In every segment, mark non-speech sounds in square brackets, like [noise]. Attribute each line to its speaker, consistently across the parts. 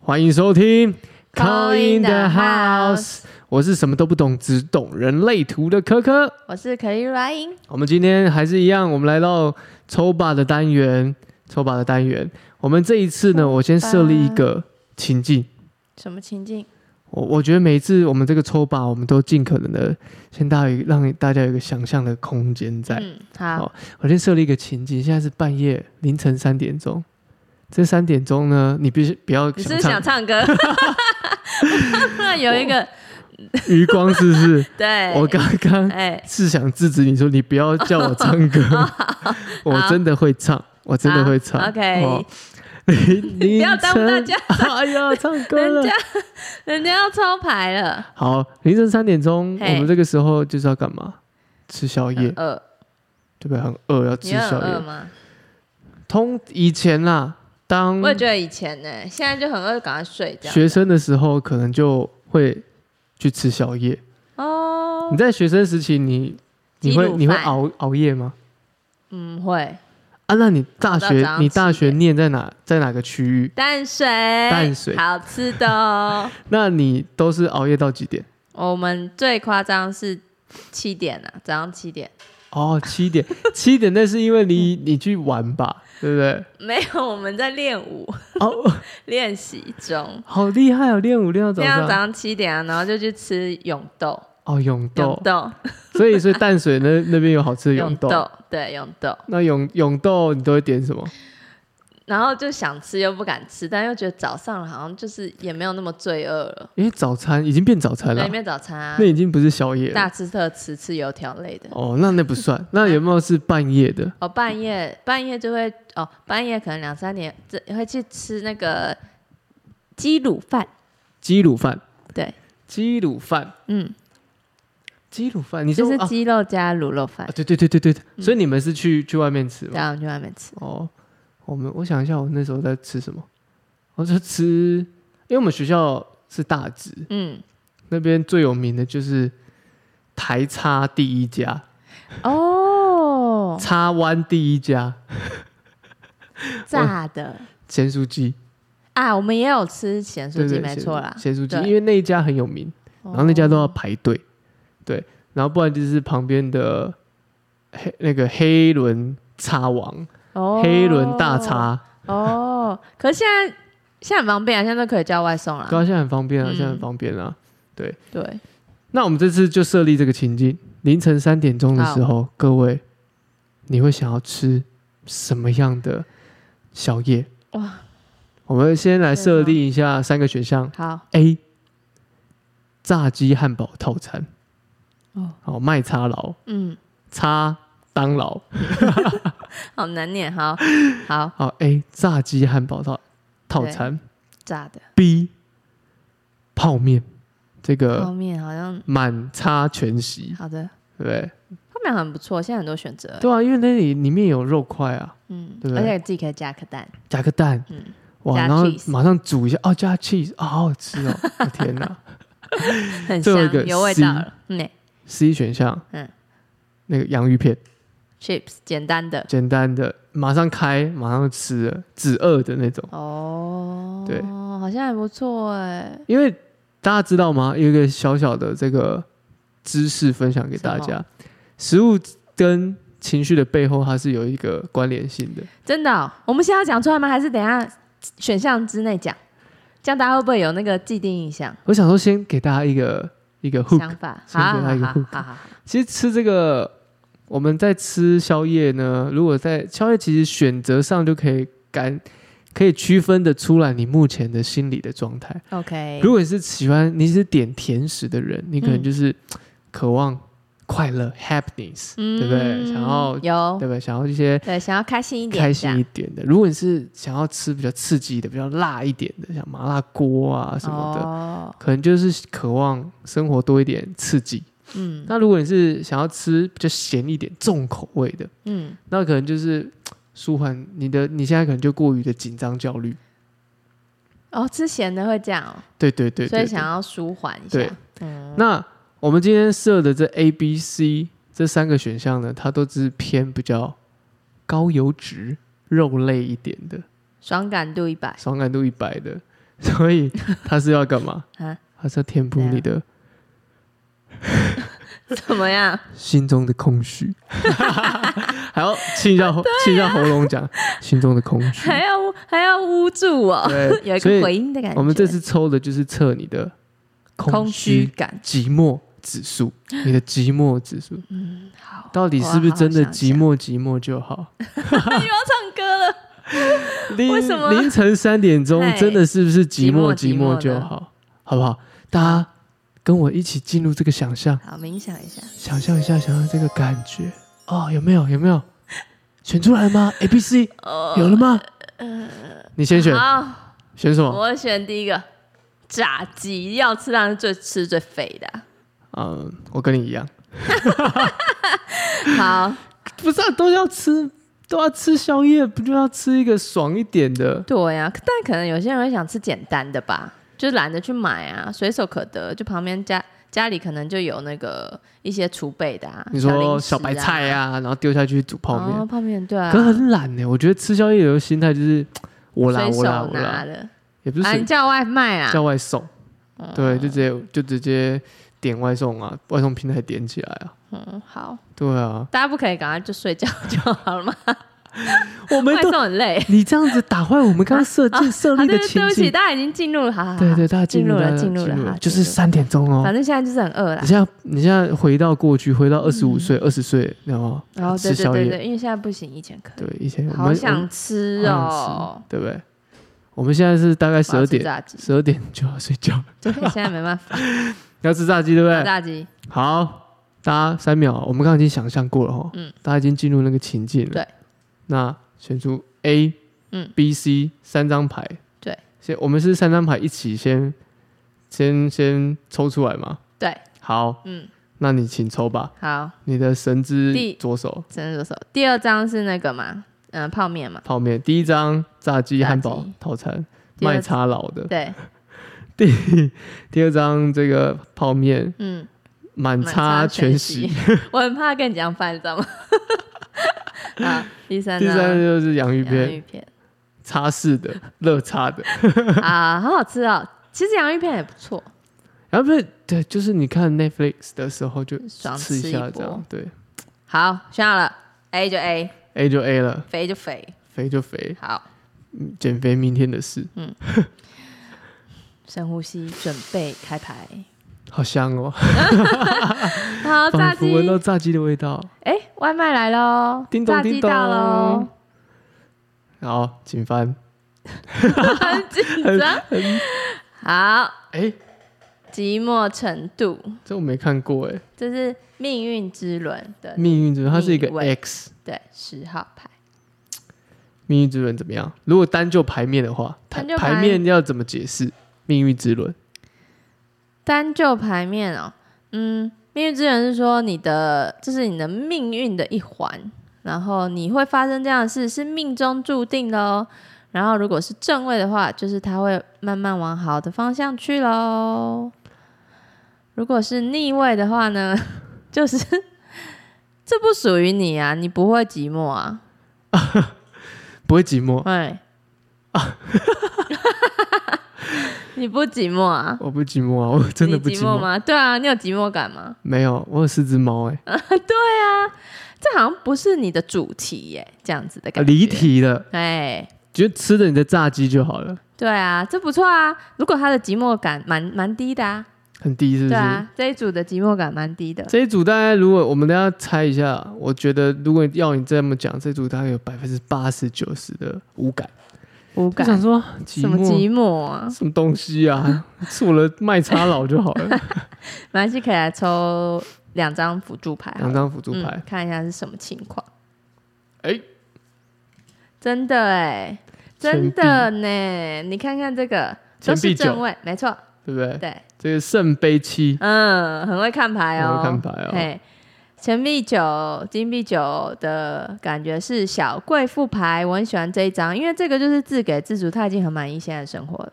Speaker 1: 欢迎收听《
Speaker 2: Call in the House》，
Speaker 1: 我是什么都不懂，只懂人类图的科科。
Speaker 2: 我是可丽软英，
Speaker 1: 我们今天还是一样，我们来到抽吧的单元，抽吧的单元。我们这一次呢，我先设立一个情境，
Speaker 2: 什么情境？
Speaker 1: 我我觉得每一次我们这个抽吧，我们都尽可能的先大于让大家有一个想象的空间在。
Speaker 2: 嗯，好，
Speaker 1: 好我先设立一个情境，现在是半夜凌晨三点钟。这三点钟呢，你必须不要
Speaker 2: 你是
Speaker 1: 想
Speaker 2: 不是
Speaker 1: 唱
Speaker 2: 想唱歌？突然有
Speaker 1: [laughs]
Speaker 2: 一个
Speaker 1: 余光，是不
Speaker 2: [laughs]
Speaker 1: 是？
Speaker 2: 对，
Speaker 1: 我刚刚
Speaker 2: 哎，
Speaker 1: 是想制止你说你不要叫我唱
Speaker 2: [laughs]
Speaker 1: 歌，我真的会唱，我真的会唱。
Speaker 2: 好，OK [laughs]
Speaker 1: 哦你你
Speaker 2: 不要耽误大
Speaker 1: [laughs]
Speaker 2: 家。
Speaker 1: 哎呀，唱歌
Speaker 2: 人
Speaker 1: 了
Speaker 2: 家。 [laughs] 人家要抽牌了，
Speaker 1: 好，凌晨三点钟，
Speaker 2: 嘿呃
Speaker 1: 我们这个时候就是要干嘛？吃宵夜，
Speaker 2: 饿，
Speaker 1: 对不对？很饿，要吃
Speaker 2: 你很
Speaker 1: 宵
Speaker 2: 饿
Speaker 1: 夜。
Speaker 2: 吗？嗯
Speaker 1: 通以前啦，当
Speaker 2: 我也觉得以前呢，现在就很饿，赶快睡觉。
Speaker 1: 嗯学生的时候，可能就会去吃宵夜。
Speaker 2: 哦
Speaker 1: 你，在学生时期，你你
Speaker 2: 基
Speaker 1: 会
Speaker 2: 鲁
Speaker 1: 你会
Speaker 2: 饭
Speaker 1: 熬熬夜吗？
Speaker 2: 嗯，会
Speaker 1: 啊，那你大
Speaker 2: 早上
Speaker 1: 学
Speaker 2: 七
Speaker 1: 你大学
Speaker 2: 点
Speaker 1: 念在哪在哪个区域？
Speaker 2: 淡水，
Speaker 1: 淡水
Speaker 2: 好吃的哦。 [laughs]
Speaker 1: 那你都是熬夜到几点？
Speaker 2: 我们最夸张是七点啊，早上七点。
Speaker 1: 哦，七点， [laughs] 七点那是因为 [laughs] 你你去玩吧，对不对？
Speaker 2: 没有，我们在练舞
Speaker 1: 哦，
Speaker 2: 练习中。
Speaker 1: 好厉害哦，练舞练到早
Speaker 2: 这样早
Speaker 1: 上。
Speaker 2: 上七点啊，然后就去吃永豆，
Speaker 1: 哦，永
Speaker 2: 永
Speaker 1: 豆，
Speaker 2: 豆，
Speaker 1: 所以所以淡水那那边有好吃的永豆。
Speaker 2: 豆，对，永豆。
Speaker 1: 那永永豆你都会点什么？
Speaker 2: 然后就想吃又不敢吃，但又觉得早上好像就是也没有那么罪恶了，
Speaker 1: 因为早餐已经变早餐
Speaker 2: 对，
Speaker 1: 了
Speaker 2: 里，面早餐啊
Speaker 1: 那，已经不是宵夜
Speaker 2: 大
Speaker 1: 了。
Speaker 2: 吃特吃，吃油条类的。
Speaker 1: 哦，那那不算。那有没有是半夜的？
Speaker 2: 哦，半夜半夜就会哦，半夜可能两三点，这会去吃那个鸡卤饭，
Speaker 1: 鸡卤饭，
Speaker 2: 对，
Speaker 1: 鸡卤饭，
Speaker 2: 嗯，
Speaker 1: 鸡卤饭，你
Speaker 2: 就
Speaker 1: 说
Speaker 2: 是
Speaker 1: 啊
Speaker 2: 鸡肉加卤肉饭嗯
Speaker 1: 啊，，对对对对对，对所以你们是去去外面吃吗？
Speaker 2: 然后我们去外面吃。
Speaker 1: 哦，我们我想一下，我那时候在吃什么？我就吃，因为我们学校是大直
Speaker 2: 嗯，
Speaker 1: 那边最有名的就是台叉第一家， [laughs]
Speaker 2: 哦，
Speaker 1: 叉湾第一家
Speaker 2: 炸的
Speaker 1: 咸酥鸡，
Speaker 2: 啊，我们也有吃咸酥
Speaker 1: 对
Speaker 2: 鸡，
Speaker 1: 对，
Speaker 2: 没
Speaker 1: 咸
Speaker 2: 错啦，
Speaker 1: 咸酥鸡，
Speaker 2: 对哦
Speaker 1: 因为那一家很有名，然后那家都要排队，对，然后不然就是旁边的黑那个黑轮叉王，
Speaker 2: 哦
Speaker 1: 黑轮大叉，
Speaker 2: 哦，可是现在现在很方便啊，现在都可以叫外送
Speaker 1: 对啊，
Speaker 2: 啦。
Speaker 1: 现在很方便啊，
Speaker 2: 嗯
Speaker 1: 现在很方便啊，
Speaker 2: 对，
Speaker 1: 那我们这次就设立这个情境：凌晨三点钟的时候，各位，你会想要吃什么样的宵夜？
Speaker 2: 哇，
Speaker 1: 我们先来设定一下三个选项
Speaker 2: 好，
Speaker 1: ：A. 炸鸡汉堡套餐，
Speaker 2: 哦，
Speaker 1: 好麦叉劳
Speaker 2: 嗯，
Speaker 1: 叉当劳，
Speaker 2: 好难
Speaker 1: [laughs]
Speaker 2: 念，好，好
Speaker 1: 好 A 炸鸡汉堡套套餐
Speaker 2: 炸的
Speaker 1: ，B 泡面，这
Speaker 2: 泡
Speaker 1: 个
Speaker 2: 面好像
Speaker 1: 满叉全席，
Speaker 2: 好的，
Speaker 1: 对不对？
Speaker 2: 泡面很不错，现在很多选择，
Speaker 1: 对啊，因为那里里面有肉块啊，
Speaker 2: 嗯
Speaker 1: 对，不
Speaker 2: 而
Speaker 1: 对
Speaker 2: 且自己可以加颗蛋，
Speaker 1: 加个蛋，
Speaker 2: 嗯
Speaker 1: 哇，
Speaker 2: 加
Speaker 1: 然后
Speaker 2: cheese
Speaker 1: 马上煮一下，哦，加 cheese，哦，好好吃哦，我天哪
Speaker 2: 很
Speaker 1: 最
Speaker 2: 香
Speaker 1: 后一个，
Speaker 2: 嗯有味
Speaker 1: C
Speaker 2: 道了。嗯
Speaker 1: ！C 选项，嗯
Speaker 2: 嗯，
Speaker 1: 那个洋芋片，
Speaker 2: ，chips 简单的
Speaker 1: 简单的，马上开，马上吃了，止饿的那种。
Speaker 2: 哦，
Speaker 1: 对，
Speaker 2: 好像还不错哎，
Speaker 1: 因为大家知道吗？有一个小小的这个知识分享给大
Speaker 2: 什
Speaker 1: 家，食物跟情绪的背后，它是有一个关联性的。
Speaker 2: 真的哦，我们现在要讲出来吗？还是等一下选项之内讲？这样大家会不会有那个既定印象？
Speaker 1: 我想说，先给大家一个一个 hook，
Speaker 2: 想法，
Speaker 1: 先
Speaker 2: 好
Speaker 1: 给他一个
Speaker 2: 好
Speaker 1: hook
Speaker 2: 好好好，
Speaker 1: 其实吃这个，我们在吃宵夜呢，如果在宵夜其实选择上就可以感，可以区分的出来你目前的心理的状态。
Speaker 2: OK，
Speaker 1: 如果你是喜欢你是点甜食的人，你可能
Speaker 2: 嗯
Speaker 1: 就是渴望快乐 happiness，、对不对？想要对
Speaker 2: 嗯有
Speaker 1: 不对？想要一些
Speaker 2: 对想要开心一点，
Speaker 1: 开心
Speaker 2: 这
Speaker 1: 一
Speaker 2: 样
Speaker 1: 点的。如果你是想要吃比较刺激的、比较辣一点的，像麻辣锅啊什么的，
Speaker 2: 哦，
Speaker 1: 可能就是渴望生活多一点刺激。
Speaker 2: 嗯
Speaker 1: 那如果你是想要吃比较咸一点、重口味的，
Speaker 2: 嗯，
Speaker 1: 那可能就是嘖舒缓你的，你现在可能就过于的紧张焦虑。
Speaker 2: 哦，吃咸的会这样哦，
Speaker 1: 对对对
Speaker 2: 所
Speaker 1: 对
Speaker 2: 以
Speaker 1: 对
Speaker 2: 想要舒缓一
Speaker 1: 对
Speaker 2: 下，嗯，
Speaker 1: 那我们今天设的这 A、B、C 这三个选项呢，它都是偏比较高油脂、肉类一点的，
Speaker 2: 爽感度一百， [laughs]
Speaker 1: 爽感度一百的。所以他是要干嘛？
Speaker 2: [laughs] 啊
Speaker 1: 他是要填补你的
Speaker 2: 怎么样？
Speaker 1: 心中的空虚， [laughs] 还要清一下喉，清一下喉咙讲心中的空虚。
Speaker 2: 啊还要还要捂住我， [laughs] 有
Speaker 1: 对，
Speaker 2: 一
Speaker 1: 所
Speaker 2: 个
Speaker 1: 以
Speaker 2: 回音的感觉。
Speaker 1: 我们这次抽的就是测你的
Speaker 2: 空虚
Speaker 1: 虚、
Speaker 2: 感，
Speaker 1: 寂寞指数，你的寂寞指数
Speaker 2: 嗯，好，
Speaker 1: 到底是不是真的寂寞寂寞就
Speaker 2: [laughs]
Speaker 1: 好？
Speaker 2: 我要好好想想？又要唱歌了，
Speaker 1: 凌
Speaker 2: 为什么
Speaker 1: 凌晨三点钟
Speaker 2: 嗨
Speaker 1: 真的是不是寂寞
Speaker 2: 寂
Speaker 1: 寂
Speaker 2: 寞
Speaker 1: 寞就好？好不好？大家跟我一起进入这个想象，
Speaker 2: 好，冥想一下。
Speaker 1: 想象一下，想象这个感觉哦，有没有？有没有？选出来了吗？A、B、C [laughs]
Speaker 2: 哦
Speaker 1: 有了吗？呃你先选，哦
Speaker 2: 好，
Speaker 1: 选什么？
Speaker 2: 我选第一个炸鸡，要吃当然是最吃最肥的啊。
Speaker 1: 嗯，我跟你一样，
Speaker 2: 好，
Speaker 1: 不是、啊、都要吃，都要吃宵夜，不就要吃一个爽一点的？
Speaker 2: 对呀、但可能有些人会想吃简单的吧，就懒得去买啊，随手可得，就旁边家家里可能就有那个一些储备的啊，
Speaker 1: 你说小
Speaker 2: 小零食啊
Speaker 1: 白菜呀、然后丢下去煮泡面，
Speaker 2: 哦、泡面对啊，
Speaker 1: 可很懒呢、我觉得吃宵夜有个心态就是我啦
Speaker 2: 随
Speaker 1: 我啦
Speaker 2: 手
Speaker 1: 我
Speaker 2: 拿
Speaker 1: 啦，
Speaker 2: 的，
Speaker 1: 也不是
Speaker 2: 啊，
Speaker 1: 随
Speaker 2: 你叫外卖啊，
Speaker 1: 叫外送，
Speaker 2: 嗯
Speaker 1: 对，就直接就直接点外送啊，外送平台点起来啊，
Speaker 2: 嗯，好，
Speaker 1: 对啊，
Speaker 2: 大家不可以赶快就睡觉就好了吗？
Speaker 1: [laughs] 我们
Speaker 2: 外
Speaker 1: 都
Speaker 2: 送很累。
Speaker 1: 你这样子打坏我们刚刚
Speaker 2: [laughs]
Speaker 1: 设计设
Speaker 2: 好，
Speaker 1: 立
Speaker 2: 啊
Speaker 1: 的
Speaker 2: 对对，
Speaker 1: 情
Speaker 2: 对不起，
Speaker 1: 景，
Speaker 2: 大家已经进入了，好好好，
Speaker 1: 对对，大家进入
Speaker 2: 进入了
Speaker 1: 大家
Speaker 2: 进入了好
Speaker 1: 就是
Speaker 2: 进入
Speaker 1: 三点钟哦
Speaker 2: 反。正现在就是很饿啦
Speaker 1: 你。现在你现在回到过去，回到二十五岁、二十岁，然后
Speaker 2: 然后对
Speaker 1: 吃宵
Speaker 2: 哦对对
Speaker 1: 夜，
Speaker 2: 对，因为现在不行，以前可以。
Speaker 1: 对，以前我们
Speaker 2: 嗯好
Speaker 1: 我们
Speaker 2: 想吃哦，
Speaker 1: 对不对？我们现在是大概十
Speaker 2: 我要
Speaker 1: 二
Speaker 2: 吃
Speaker 1: 点，
Speaker 2: 炸鸡，
Speaker 1: 十二点就要睡觉， [laughs]
Speaker 2: 对，现在没办法，
Speaker 1: 要吃炸鸡，对不对？
Speaker 2: 炸鸡，
Speaker 1: 好，大家三秒，我们刚刚已经想象过了哈，
Speaker 2: 嗯
Speaker 1: 大家已经进入那个情境了。
Speaker 2: 对，
Speaker 1: 那选出 A，
Speaker 2: 嗯
Speaker 1: ，B、C 三张牌。
Speaker 2: 对，
Speaker 1: 先我们是三张牌一起先先先抽出来嘛。
Speaker 2: 对，
Speaker 1: 好，
Speaker 2: 嗯，
Speaker 1: 那你请抽吧，
Speaker 2: 好，
Speaker 1: 你的神
Speaker 2: 第
Speaker 1: 之左手
Speaker 2: 真的手。第二张是那个嘛，嗯、泡面嘛，
Speaker 1: 泡面，第一张炸鸡
Speaker 2: 炸鸡
Speaker 1: 汉堡套餐，
Speaker 2: 第二
Speaker 1: 麦茶老的；
Speaker 2: 对，
Speaker 1: 第二张这个泡面
Speaker 2: 嗯，
Speaker 1: 满
Speaker 2: 满
Speaker 1: 差全
Speaker 2: 席
Speaker 1: 席，，
Speaker 2: 我很怕跟你讲反，你知道吗？ [laughs] 好，第三
Speaker 1: 第
Speaker 2: 张
Speaker 1: 三就是洋芋
Speaker 2: 洋
Speaker 1: 片，
Speaker 2: 芋片
Speaker 1: 叉式的热叉的。
Speaker 2: [laughs] 啊，好好吃哦。其实洋芋片也不错，
Speaker 1: 然后不是对，就是你看 Netflix 的时候就
Speaker 2: 爽
Speaker 1: 吃
Speaker 2: 吃一
Speaker 1: 下这
Speaker 2: 波
Speaker 1: 样，对
Speaker 2: 好，选好了，A 就 A，
Speaker 1: ，A 就 A 了，
Speaker 2: 肥就肥，
Speaker 1: 肥就肥，
Speaker 2: 好，
Speaker 1: 嗯减肥明天的事，
Speaker 2: 嗯深呼吸，准备开牌。
Speaker 1: 好香哦，
Speaker 2: 好，炸
Speaker 1: 仿佛闻
Speaker 2: 鸡
Speaker 1: 到，炸鸡的味道。
Speaker 2: 哎、外卖来喽，
Speaker 1: 叮咚
Speaker 2: 炸鸡
Speaker 1: 叮咚
Speaker 2: 到喽，
Speaker 1: 然后警翻，
Speaker 2: 很紧张。好，
Speaker 1: 哎，
Speaker 2: 寂寞程度，
Speaker 1: 这我没看过哎，
Speaker 2: 这是命运之轮的
Speaker 1: 命运之轮它是一个
Speaker 2: 逆位
Speaker 1: X，
Speaker 2: 对十号牌，
Speaker 1: 命运之轮怎么样？如果单就牌面的话，
Speaker 2: 单就牌
Speaker 1: 牌面要怎么解释？命运之轮
Speaker 2: 单就牌面哦，嗯，命运之轮是说你的这是你的命运的一环，然后你会发生这样的事是命中注定的哦。然后如果是正位的话，就是它会慢慢往好的方向去喽。如果是逆位的话呢， [laughs] 就是这不属于你啊，你不会寂寞啊。
Speaker 1: 不会寂寞，啊
Speaker 2: 哎， [laughs] 你不寂寞啊？
Speaker 1: 我不寂寞啊，我真的不
Speaker 2: 你
Speaker 1: 寂
Speaker 2: 寂寞吗？对啊，你有寂寞感吗？ [laughs] 啊
Speaker 1: 没有，我有四只猫
Speaker 2: 呃
Speaker 1: 哎，
Speaker 2: 这好像不是你的主题耶，这样子的
Speaker 1: 啊
Speaker 2: 感觉。
Speaker 1: 离。题了，
Speaker 2: 哎，
Speaker 1: 就吃着你的炸鸡就好了，
Speaker 2: 对啊，这不错啊。如果他的寂寞感蛮蛮低的啊，
Speaker 1: 很低是不
Speaker 2: 对
Speaker 1: 是？
Speaker 2: 啊，这一组的寂寞感蛮低的。
Speaker 1: 这一组大概如果我们大家猜一下，我觉得如果要你这么讲，这组大概有百分之八十九十的无感。
Speaker 2: 无
Speaker 1: 我
Speaker 2: 感，
Speaker 1: 想说寂
Speaker 2: 什么
Speaker 1: 寞
Speaker 2: 寂寞啊？
Speaker 1: 什么东西
Speaker 2: [laughs]
Speaker 1: 啊，除了卖差佬就好了，
Speaker 2: 马来西亚可以来抽两张辅助牌好了，
Speaker 1: 两张辅助
Speaker 2: 嗯
Speaker 1: 牌，，
Speaker 2: 看一下是什么情况。
Speaker 1: 哎
Speaker 2: 真的哎，真的呢，你看看这个都
Speaker 1: 钱
Speaker 2: 是
Speaker 1: 币
Speaker 2: 正
Speaker 1: 九，哎
Speaker 2: 位，没错，
Speaker 1: 对不对？
Speaker 2: 对，
Speaker 1: 这个圣杯 [laughs] 七，
Speaker 2: 嗯，很会看牌
Speaker 1: 很
Speaker 2: 哦，
Speaker 1: 会看牌哦
Speaker 2: 嘿。钱币九、金币九的感觉是小贵妇牌，我很喜欢这一张，因为这个就是自给自足，他已经很满意现在的生活了。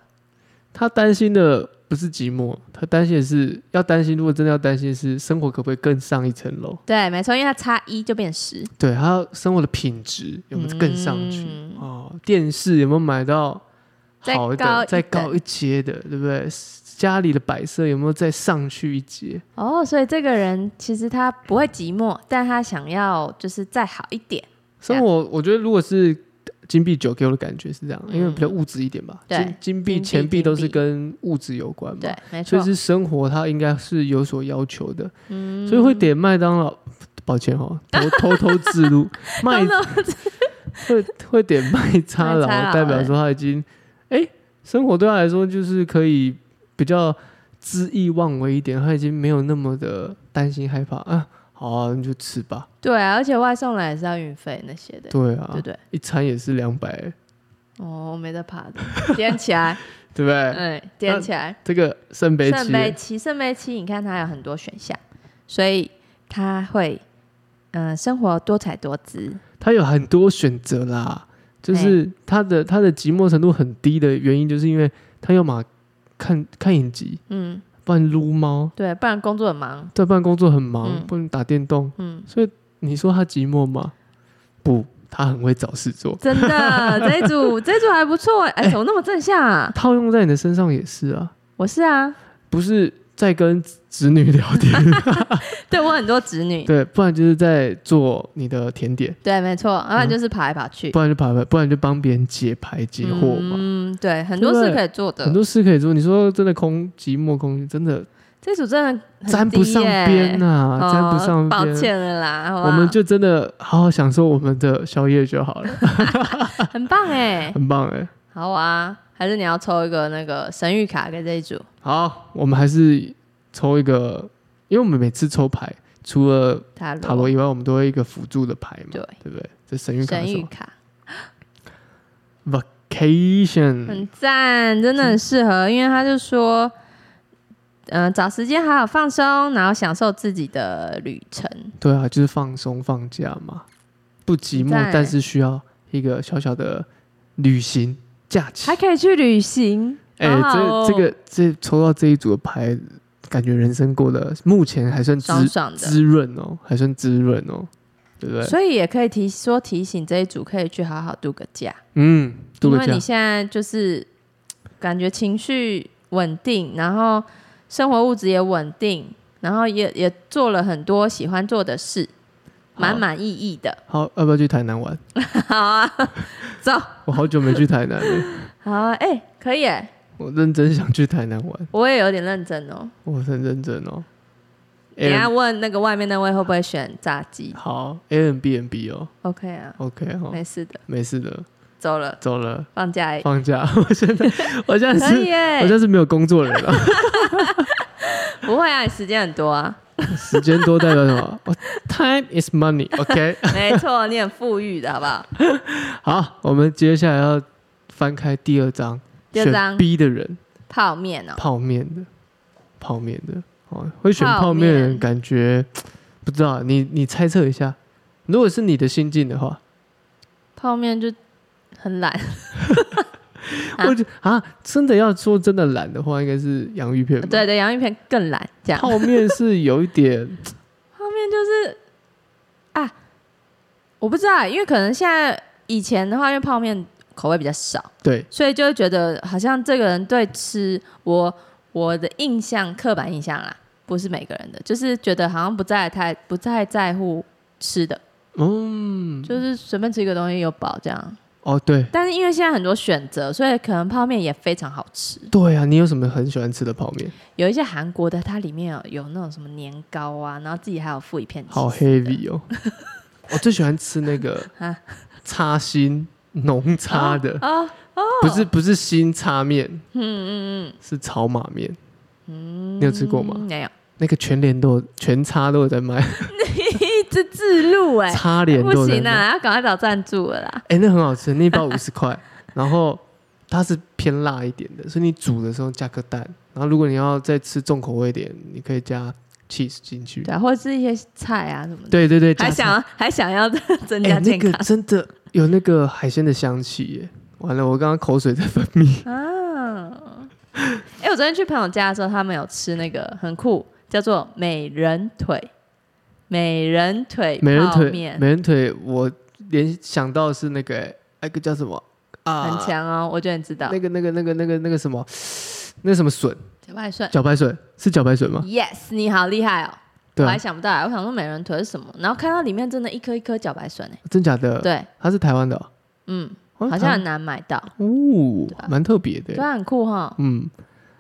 Speaker 1: 他担心的不是寂寞，他担心的是要担心，如果真的要担心的是生活可不可以更上一层楼？
Speaker 2: 对，没错，因为他差一就变十，
Speaker 1: 对，还有生活的品质有没有更上去？
Speaker 2: 嗯
Speaker 1: 哦，电视有没有买到
Speaker 2: 再
Speaker 1: 好
Speaker 2: 高
Speaker 1: 的
Speaker 2: 一
Speaker 1: 再高
Speaker 2: 等
Speaker 1: 一阶的，对不对？家里的摆设有没有再上去一阶？
Speaker 2: 哦，所以这个人其实他不会寂寞，但他想要就是再好一点。
Speaker 1: 生活我觉得如果是金币九给我的感觉是这样，因为比较物质一点吧。
Speaker 2: 嗯对
Speaker 1: 金金
Speaker 2: 金
Speaker 1: 币
Speaker 2: 币
Speaker 1: 钱币都
Speaker 2: 金
Speaker 1: 是
Speaker 2: 币
Speaker 1: 跟物质有关嘛。
Speaker 2: 对，没
Speaker 1: 嗯所
Speaker 2: 错
Speaker 1: 以。是生活，它应该是有所要求的，
Speaker 2: 嗯
Speaker 1: 所以会点麦当劳。抱歉
Speaker 2: [laughs]
Speaker 1: 哦，偷偷偷自录麦
Speaker 2: 当然
Speaker 1: 会会点麦差
Speaker 2: 麦
Speaker 1: 佬，
Speaker 2: 差佬
Speaker 1: 代表说他已经哎、生活对他来说就是可以比较恣意妄为一点，他已经没有那么的担心害怕啊。好啊，你就吃吧。
Speaker 2: 对啊，而且外送来也是要运费那些的，
Speaker 1: 对啊，
Speaker 2: 对不对？
Speaker 1: 一餐也是两百，
Speaker 2: 哦，我没
Speaker 1: [laughs]
Speaker 2: 得怕的，点起来，
Speaker 1: 对不对？
Speaker 2: 嗯，点起来。
Speaker 1: 这个圣杯
Speaker 2: 圣
Speaker 1: 七，
Speaker 2: 杯七，圣杯七，你看它有很多选项，所以它会，嗯、生活多彩多姿。
Speaker 1: 他有很多选择啦，
Speaker 2: 哎
Speaker 1: 就是他的他的寂寞程度很低的原因，就是因为他要嘛看看影集，
Speaker 2: 嗯，
Speaker 1: 不然撸猫，
Speaker 2: 对，不然工作很忙。
Speaker 1: 在办工作很忙，
Speaker 2: 嗯
Speaker 1: 不能打电动，
Speaker 2: 嗯，
Speaker 1: 所以你说他寂寞吗？不，他很会找事做。
Speaker 2: 真的，这一组这一组还不错哎、哎，怎么那么正向啊？
Speaker 1: 套用在你的身上也是啊，
Speaker 2: 我是啊，
Speaker 1: 不是在跟子女聊天，
Speaker 2: 对我很多侄女，
Speaker 1: 对，不然就是在做你的甜点，
Speaker 2: 对，没错，要不然就是跑来跑去
Speaker 1: 不，然就把，不然就帮别人解牌解惑嘛。
Speaker 2: 嗯，对，很多
Speaker 1: 对
Speaker 2: 事
Speaker 1: 不对
Speaker 2: 可以做
Speaker 1: 很
Speaker 2: 的。
Speaker 1: 多事可以做，你说真的空寂寞空真的
Speaker 2: 这组真的很
Speaker 1: 沾不
Speaker 2: 低
Speaker 1: 上
Speaker 2: 耶
Speaker 1: 边呐、
Speaker 2: 哦
Speaker 1: 沾不上边。
Speaker 2: 抱歉了啦，好吧
Speaker 1: 我们就真的好好享受我们的宵夜就好了，
Speaker 2: 很棒哎、
Speaker 1: 很棒哎、
Speaker 2: 好啊，还是你要抽一个那个神谕卡给这一组？
Speaker 1: 好，我们还是抽一个，因为我们每次抽牌，除了
Speaker 2: 塔罗，
Speaker 1: 塔罗以外，我们都会一个辅助的牌嘛，
Speaker 2: 对
Speaker 1: 对不对？这神谕卡
Speaker 2: 神
Speaker 1: 是什
Speaker 2: 谕
Speaker 1: 么
Speaker 2: 卡，
Speaker 1: ？Vacation，
Speaker 2: 很赞，真的很适合，因为他就说，嗯、找时间好好放松，然后享受自己的旅程。
Speaker 1: 对啊，就是放松放假嘛，不寂寞
Speaker 2: 很赞，
Speaker 1: 但是需要一个小小的旅行假期
Speaker 2: 还。可以去旅行，
Speaker 1: 哎、
Speaker 2: 好好哦
Speaker 1: 这这个这抽到这一组的牌，感觉人生过得目前还算滋
Speaker 2: 爽爽的。
Speaker 1: 滋润哦，还算滋润哦，对不对？
Speaker 2: 所以也可以提说提醒这一组可以去好好度个假，
Speaker 1: 嗯，度
Speaker 2: 因
Speaker 1: 个
Speaker 2: 为你
Speaker 1: 假，
Speaker 2: 现在就是感觉情绪稳定，然后生活物质也稳定，然后也也做了很多喜欢做的事，
Speaker 1: 好
Speaker 2: 满满意意的。 [laughs]
Speaker 1: 好，要不要去台南玩？
Speaker 2: 好啊，走，
Speaker 1: 我好久没去台南了，
Speaker 2: 好啊，哎、可以哎、
Speaker 1: 我认真想去台南玩，
Speaker 2: 我也有点认真哦。
Speaker 1: 我很认真哦。
Speaker 2: 等一下
Speaker 1: Air-
Speaker 2: 问那个外面那位会不会选炸鸡
Speaker 1: 好，Airbnb 哦
Speaker 2: ？OK 啊，
Speaker 1: ，OK 哦，
Speaker 2: 没事的，
Speaker 1: 没事的，
Speaker 2: 走了，
Speaker 1: 走了，
Speaker 2: 放假而已
Speaker 1: 放假。 [laughs] 我现在，我现在
Speaker 2: 可
Speaker 1: 是，我
Speaker 2: 以耶
Speaker 1: 现，在是没有工作的人了。
Speaker 2: 不会啊，你时间很
Speaker 1: [laughs]
Speaker 2: 多啊，
Speaker 1: [laughs] 时间多代表什么、哦 t i m e is money，OK、
Speaker 2: 没错，你很富裕的好不好？
Speaker 1: 好，我们接下来要翻开第二章，
Speaker 2: 第二章
Speaker 1: 选 B 的人，
Speaker 2: 泡面哦，
Speaker 1: 泡面的，泡面的，哦，会选泡面的
Speaker 2: 泡
Speaker 1: 人，
Speaker 2: 面
Speaker 1: 感觉不知道，你你猜测一下，如果是你的心境的话，
Speaker 2: 泡面就很懒，啊
Speaker 1: 我觉啊，真的要说真的懒的话，应该是洋芋片吧。
Speaker 2: 对对，洋芋片更懒，这样
Speaker 1: 泡面是有一
Speaker 2: [laughs]
Speaker 1: 点，
Speaker 2: 泡面就是啊，我不知道，因为可能现在以前的话，因为泡面口味比较少。
Speaker 1: 对
Speaker 2: 所以就会觉得好像这个人对吃，我我的印象刻板印象啦，不是每个人的，就是觉得好像不再太不再在乎吃的，
Speaker 1: 嗯，
Speaker 2: 就是随便吃一个东西有饱这样。
Speaker 1: 哦，对，
Speaker 2: 但是因为现在很多选择，所以可能泡面也非常好吃。
Speaker 1: 对啊，你有什么很喜欢吃的泡面？
Speaker 2: 有一些韩国的，它里面有有那种什么年糕啊，然后自己还有附一片起司的。
Speaker 1: 好 heavy 哦，我最喜欢吃那个
Speaker 2: [laughs] 啊
Speaker 1: 叉心浓叉的，
Speaker 2: 哦哦
Speaker 1: 不是不是新叉面，嗯嗯嗯，是炒马面，嗯，你有吃过吗？
Speaker 2: 嗯没有，
Speaker 1: 那个全联都有，全叉都有在卖，
Speaker 2: [laughs] 一直自录哎、
Speaker 1: 叉联
Speaker 2: 不
Speaker 1: 都有在
Speaker 2: 行
Speaker 1: 卖。
Speaker 2: 啊，要赶快找赞助了啦。
Speaker 1: 哎、那很好吃，那一包五十块，然后它是偏辣一点的，所以你煮的时候加颗蛋，然后如果你要再吃重口味一点，你可以加 cheese 进去。
Speaker 2: 对啊，或者是一些菜啊什么的。
Speaker 1: 对对对，加
Speaker 2: 还
Speaker 1: 上
Speaker 2: 想还想要 [laughs] 增
Speaker 1: 哎、
Speaker 2: 加
Speaker 1: 那
Speaker 2: 健
Speaker 1: 个
Speaker 2: 康、
Speaker 1: 真的有那个海鲜的香气耶！完了，我刚刚口水在分泌。
Speaker 2: 啊！哎、我昨天去朋友家的时候，他们有吃那个很酷，叫做美人腿，美人腿
Speaker 1: 美人
Speaker 2: 泡
Speaker 1: 腿，
Speaker 2: 面，
Speaker 1: 美人腿，我联想到是那个、哎那个叫什么啊，
Speaker 2: 很强哦，我觉得你知道
Speaker 1: 那个那个那个那个那个什么，那个什么笋，
Speaker 2: 茭白笋。
Speaker 1: 茭白笋是茭白笋吗？
Speaker 2: Yes，你好厉害哦！
Speaker 1: 对
Speaker 2: 我
Speaker 1: 啊、
Speaker 2: 还想不到啊，我想说美人腿是什么，然后看到里面真的一颗一颗茭白笋哎、
Speaker 1: 真假的？，
Speaker 2: 对，
Speaker 1: 它是台湾的哦、
Speaker 2: 嗯，
Speaker 1: 哦
Speaker 2: 好像很难买到，
Speaker 1: 哦
Speaker 2: 对啊，
Speaker 1: 蛮特别
Speaker 2: 对
Speaker 1: 的。
Speaker 2: 啊，很酷哈。
Speaker 1: 嗯，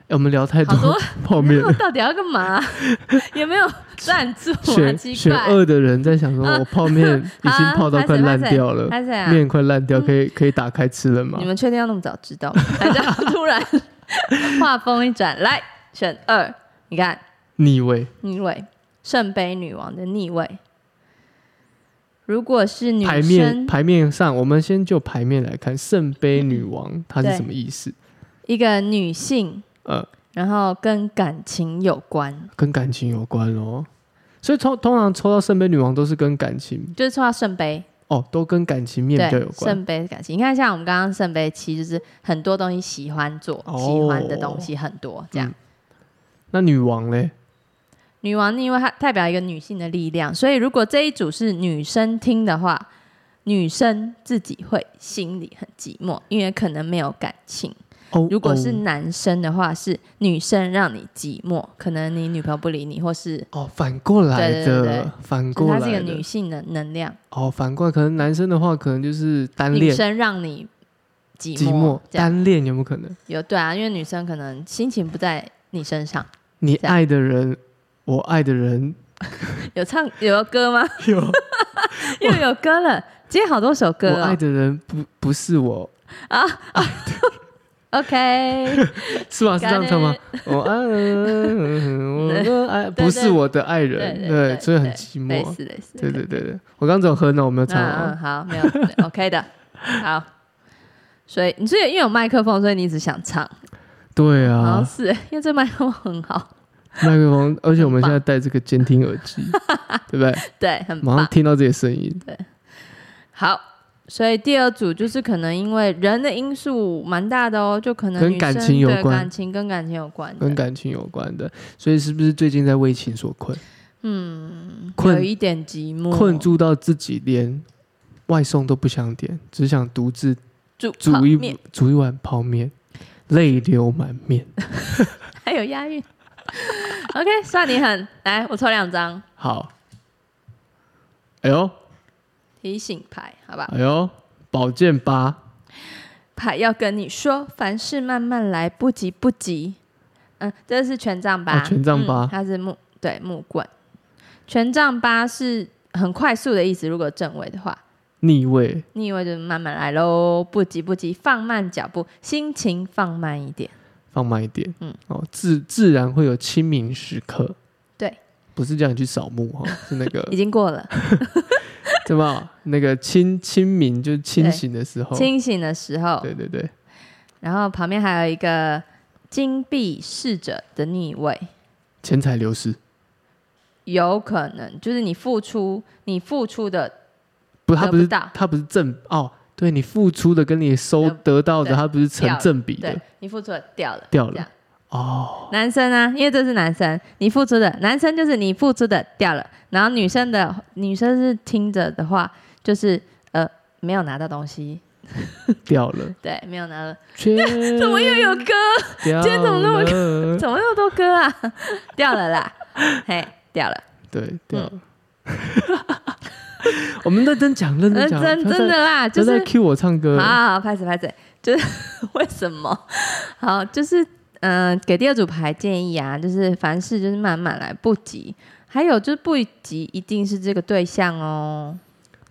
Speaker 1: 哎我们聊太
Speaker 2: 好多
Speaker 1: [laughs] 泡面了
Speaker 2: [laughs] 那我。到底要干嘛？啊 [laughs] 也没有赞助啊，
Speaker 1: 选
Speaker 2: 奇
Speaker 1: 选
Speaker 2: 怪。嗯啊
Speaker 1: 二的人在想说，我泡
Speaker 2: [laughs]
Speaker 1: 面已经泡到快烂掉了，
Speaker 2: 拍谁啊？
Speaker 1: 面快烂掉，可以可以打开吃了吗
Speaker 2: 你？们确定要那么早知道吗？ [laughs] 大家突然话锋一转，来选二，你看
Speaker 1: 逆位
Speaker 2: 逆位圣杯女王的逆位，如果是女
Speaker 1: 牌面
Speaker 2: 生，
Speaker 1: 牌面上，我们先就牌面来看，圣杯女王她是
Speaker 2: 对
Speaker 1: 什么意思？
Speaker 2: 一个女性，
Speaker 1: 呃，
Speaker 2: 然后跟感情有关，
Speaker 1: 跟感情有关哦。所以通通常抽到圣杯女王都是跟感情
Speaker 2: 就是抽到圣杯，
Speaker 1: 哦，都跟感情面
Speaker 2: 对
Speaker 1: 比较有，关。
Speaker 2: 圣杯的感情。你看，像我们刚刚圣杯七，就是很多东西喜欢做，
Speaker 1: 哦
Speaker 2: 喜欢的东西很多，这样。
Speaker 1: 那女王嘞？
Speaker 2: 女王逆位，它代表一个女性的力量，所以如果这一组是女生听的话，女生自己会心里很寂寞，因为可能没有感情。
Speaker 1: 哦，
Speaker 2: 如果是
Speaker 1: 哦
Speaker 2: 男生的话，是女生让你寂寞，可能你女朋友不理你，或是
Speaker 1: 哦，反过来
Speaker 2: 对对对
Speaker 1: 的
Speaker 2: 对，
Speaker 1: 反
Speaker 2: 就是
Speaker 1: 过
Speaker 2: 她
Speaker 1: 来
Speaker 2: 是一个女
Speaker 1: 的
Speaker 2: 性的能量，
Speaker 1: 哦，反过来可能男生的话，可能就是单
Speaker 2: 女
Speaker 1: 恋、
Speaker 2: 生让你寂
Speaker 1: 寂寞、
Speaker 2: 这样
Speaker 1: 单恋有没有可能？
Speaker 2: 有对啊，因为女生可能心情不在你身上。 [laughs]
Speaker 1: 你
Speaker 2: 这样
Speaker 1: 爱的人，我爱的人，
Speaker 2: 有唱 [laughs] 有歌吗？ [laughs]
Speaker 1: 有
Speaker 2: 又有歌了，今天好多首歌
Speaker 1: 我爱
Speaker 2: 哦。
Speaker 1: 的人不不是我，
Speaker 2: OK，
Speaker 1: 是吗？是这样唱吗？我
Speaker 2: [laughs]
Speaker 1: 爱的人，我的爱
Speaker 2: 对
Speaker 1: 不是我的爱人，
Speaker 2: 对对对
Speaker 1: 所以很
Speaker 2: 对
Speaker 1: 寂
Speaker 2: 类
Speaker 1: 寞。
Speaker 2: 似类似。
Speaker 1: 对对对对，我刚刚有哼呢，我没有唱
Speaker 2: 嗯嗯，
Speaker 1: 完。
Speaker 2: 好，没有 [laughs] 对 OK 的，好。所以你是因为有麦克风，所以你一直想唱，
Speaker 1: 对
Speaker 2: 好像
Speaker 1: 啊，
Speaker 2: 是因为这麦克风很好， [laughs]
Speaker 1: 麦克风，而且我们
Speaker 2: 很
Speaker 1: 现
Speaker 2: 棒
Speaker 1: 在戴这个监听耳
Speaker 2: [laughs]
Speaker 1: 机，对不对？
Speaker 2: 对，很
Speaker 1: 马上
Speaker 2: 棒。
Speaker 1: 听到这些声音。
Speaker 2: 好，所以第二组就是可能因为人的因素蛮大的哦，就可能
Speaker 1: 跟
Speaker 2: 女
Speaker 1: 感
Speaker 2: 生
Speaker 1: 情有
Speaker 2: 对
Speaker 1: 关
Speaker 2: 感情跟感情有关的，
Speaker 1: 跟感情有关的，所以是不是最近在为情所困？嗯，
Speaker 2: 有
Speaker 1: 困
Speaker 2: 一点寂寞，
Speaker 1: 困住到自己连外送都不想点，只想独自
Speaker 2: 煮泡
Speaker 1: 煮一
Speaker 2: 面，
Speaker 1: 煮一碗泡面，泪流满面。
Speaker 2: 还有押韵。OK，算你狠，来，我抽两张
Speaker 1: 好，哎呦
Speaker 2: 提醒牌，好吧？
Speaker 1: 哎呦，宝剑八，
Speaker 2: 牌要跟你说，凡事慢慢来，不急不急。嗯，这是权杖八、
Speaker 1: 哦权杖八
Speaker 2: 嗯它是木对木棍。权杖八是很快速的意思，如果正位的话，
Speaker 1: 逆位
Speaker 2: 逆位就是慢慢来喽，不急不急，放慢脚步，心情放慢一点。
Speaker 1: 放慢一点，嗯
Speaker 2: 嗯，
Speaker 1: 哦，自自然会有清明时刻。
Speaker 2: 对，
Speaker 1: 不是叫你去扫墓哈、哦，是那个 [laughs]
Speaker 2: 已经过了，
Speaker 1: 对吧？那个清清明就是清醒的时候，
Speaker 2: 清醒的时候，
Speaker 1: 哦对对对，
Speaker 2: 然后旁边还有一个金币侍者的逆位。
Speaker 1: 钱财流失。
Speaker 2: 有可能就是你付出，你付出的
Speaker 1: 不，它
Speaker 2: 得
Speaker 1: 不是
Speaker 2: 不到
Speaker 1: 它不是正哦，对你付出的跟你收
Speaker 2: 得
Speaker 1: 得到的，
Speaker 2: 对
Speaker 1: 它不是成
Speaker 2: 掉了
Speaker 1: 正比
Speaker 2: 对
Speaker 1: 的，
Speaker 2: 你付出的掉了，
Speaker 1: 掉
Speaker 2: 这样
Speaker 1: 了。哦，
Speaker 2: 男生呢、因为这是男生，你付出的，男生就是你付出的掉了，然后女生的女生是听着的话，就是呃没有拿到东西，。
Speaker 1: 掉了
Speaker 2: 对，没有拿到。
Speaker 1: 怎
Speaker 2: [laughs] 怎么又有歌？
Speaker 1: 掉
Speaker 2: 今天怎么那么 [laughs]
Speaker 1: 了？
Speaker 2: 怎么那么多歌啊？掉了啦，嘿，掉了，
Speaker 1: 对，掉了。 [laughs] 我们认真讲，认
Speaker 2: 呃
Speaker 1: 真讲，
Speaker 2: 真
Speaker 1: 不要再
Speaker 2: 真的啦，
Speaker 1: 不
Speaker 2: 就
Speaker 1: 要再
Speaker 2: 是啊
Speaker 1: cue 我唱歌
Speaker 2: 好
Speaker 1: 了。
Speaker 2: 好好，拍手拍手，就是 [laughs] 为什么？好，就是嗯、呃给第二组牌建议啊，就是凡事就是慢慢来，不急。还有就是不急，一定是这个对象哦。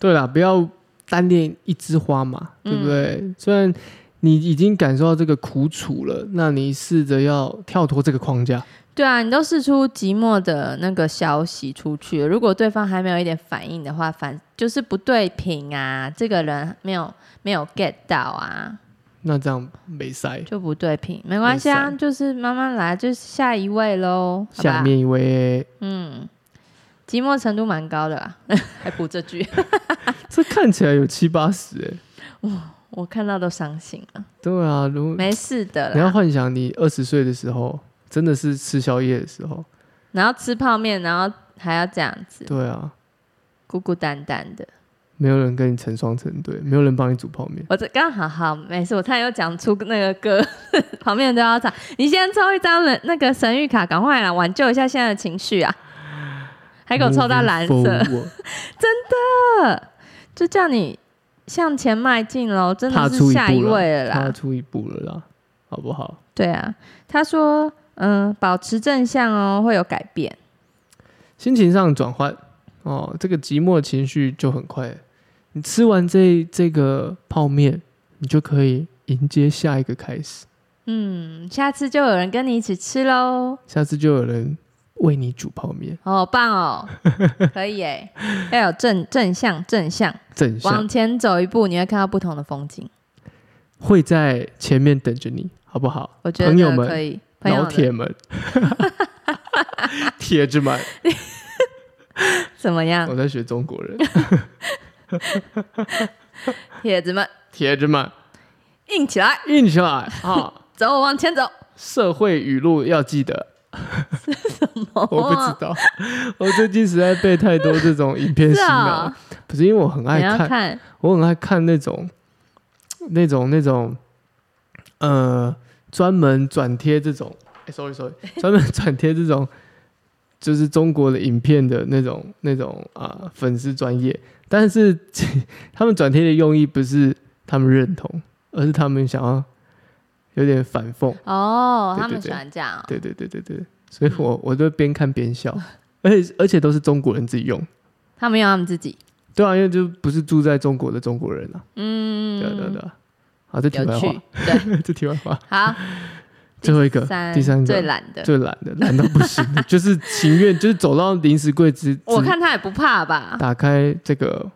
Speaker 1: 对啦，不要单恋一枝花嘛，对不
Speaker 2: 嗯
Speaker 1: 对？虽然你已经感受到这个苦楚了，那你试着要跳脱这个框架。
Speaker 2: 对啊，你都试出寂寞的那个消息出去了，如果对方还没有一点反应的话，反就是不对频啊，这个人没有没有 get 到啊，
Speaker 1: 那这样没塞。
Speaker 2: 就不对频，没关系啊，
Speaker 1: 没事
Speaker 2: 就是慢慢来，就是下一位喽，好吧
Speaker 1: 下面一位，
Speaker 2: 嗯，寂寞程度蛮高的啦， [laughs] 还补这句， [laughs]
Speaker 1: 这看起来有七八十哎、
Speaker 2: 我看到都伤心了。
Speaker 1: 对啊，如
Speaker 2: 没事的
Speaker 1: 你要
Speaker 2: 啦，
Speaker 1: 幻想你二十岁的时候，真的是吃宵夜的时候。
Speaker 2: 然后吃泡面，然后还要这样子，
Speaker 1: 对啊，
Speaker 2: 孤孤单单的，
Speaker 1: 没有人跟你成双成对，没有人帮你煮泡面。
Speaker 2: 我这刚好好没事，我差点又讲出那个歌， [laughs] 旁边人都要唱。你先抽一张人那个神谕卡，赶快来挽救一下现在的情绪啊！还给我抽到蓝
Speaker 1: Moving
Speaker 2: 色，
Speaker 1: forward，
Speaker 2: 就叫你向前迈进喽，真
Speaker 1: 踏
Speaker 2: 的
Speaker 1: 出
Speaker 2: 是
Speaker 1: 一
Speaker 2: 下
Speaker 1: 步了，
Speaker 2: 位了
Speaker 1: 踏
Speaker 2: 啦。
Speaker 1: 出一步了啦，好不好？
Speaker 2: 对啊，他说，嗯，保持正向哦，会有改变。
Speaker 1: 心情上的转换哦，这个寂寞情绪就很快。你吃完这这个泡面，你就可以迎接下一个开始。
Speaker 2: 嗯，下次就有人跟你一起吃喽，
Speaker 1: 下次就有人为你煮泡面，
Speaker 2: 哦好棒
Speaker 1: [laughs]
Speaker 2: 哦，可以哎，要有正正向正向，
Speaker 1: 正向
Speaker 2: 往前走一步，你会看到不同的风景。
Speaker 1: 会在前面等着你，好不好？
Speaker 2: 我觉
Speaker 1: 朋友
Speaker 2: 得
Speaker 1: 们
Speaker 2: 可以，朋友
Speaker 1: 老
Speaker 2: 们
Speaker 1: 铁们， [laughs] 铁子们，
Speaker 2: 怎么样？
Speaker 1: 我在学中国人，
Speaker 2: 铁子们
Speaker 1: 铁子们，
Speaker 2: 硬起来，
Speaker 1: 硬起来啊！
Speaker 2: 走，往前走。
Speaker 1: 社会语录要记得，
Speaker 2: 我
Speaker 1: 我不
Speaker 2: [laughs]
Speaker 1: 知道，我最近实在被太多这种影片
Speaker 2: 是
Speaker 1: 洗脑
Speaker 2: 啊
Speaker 1: 了，，不是因为我很爱
Speaker 2: 你要
Speaker 1: 看，
Speaker 2: 看
Speaker 1: 我很爱看那种、那种、那种，呃，专门转贴这种，哎、s o r r y
Speaker 2: [laughs]
Speaker 1: sorry，专门转贴这种，就是中国的影片的那种、那种啊、粉丝专业，但是 [laughs] 他们转贴的用意不是他们认同，而是他们想要有点反讽，
Speaker 2: 哦，
Speaker 1: 对
Speaker 2: 他
Speaker 1: 对
Speaker 2: 们
Speaker 1: 对
Speaker 2: 喜欢这样哦。
Speaker 1: 对对对对对，所以我我就边看边笑，而且而且都是中国人自己用，
Speaker 2: 他们用他们自己，
Speaker 1: 对啊，因为就不是住在中国的中国人啊，
Speaker 2: 嗯，
Speaker 1: 对啊对啊对啊，好，这题
Speaker 2: 有
Speaker 1: 外话
Speaker 2: 趣。，对，
Speaker 1: [laughs] 这题外话，
Speaker 2: 好，
Speaker 1: 最后一个，第三个
Speaker 2: 最懒的，
Speaker 1: 最懒的，懒到不行的， [laughs] 就是情愿，就是走到零食柜之，
Speaker 2: 我
Speaker 1: 之
Speaker 2: 看他也不怕吧，
Speaker 1: 打开这个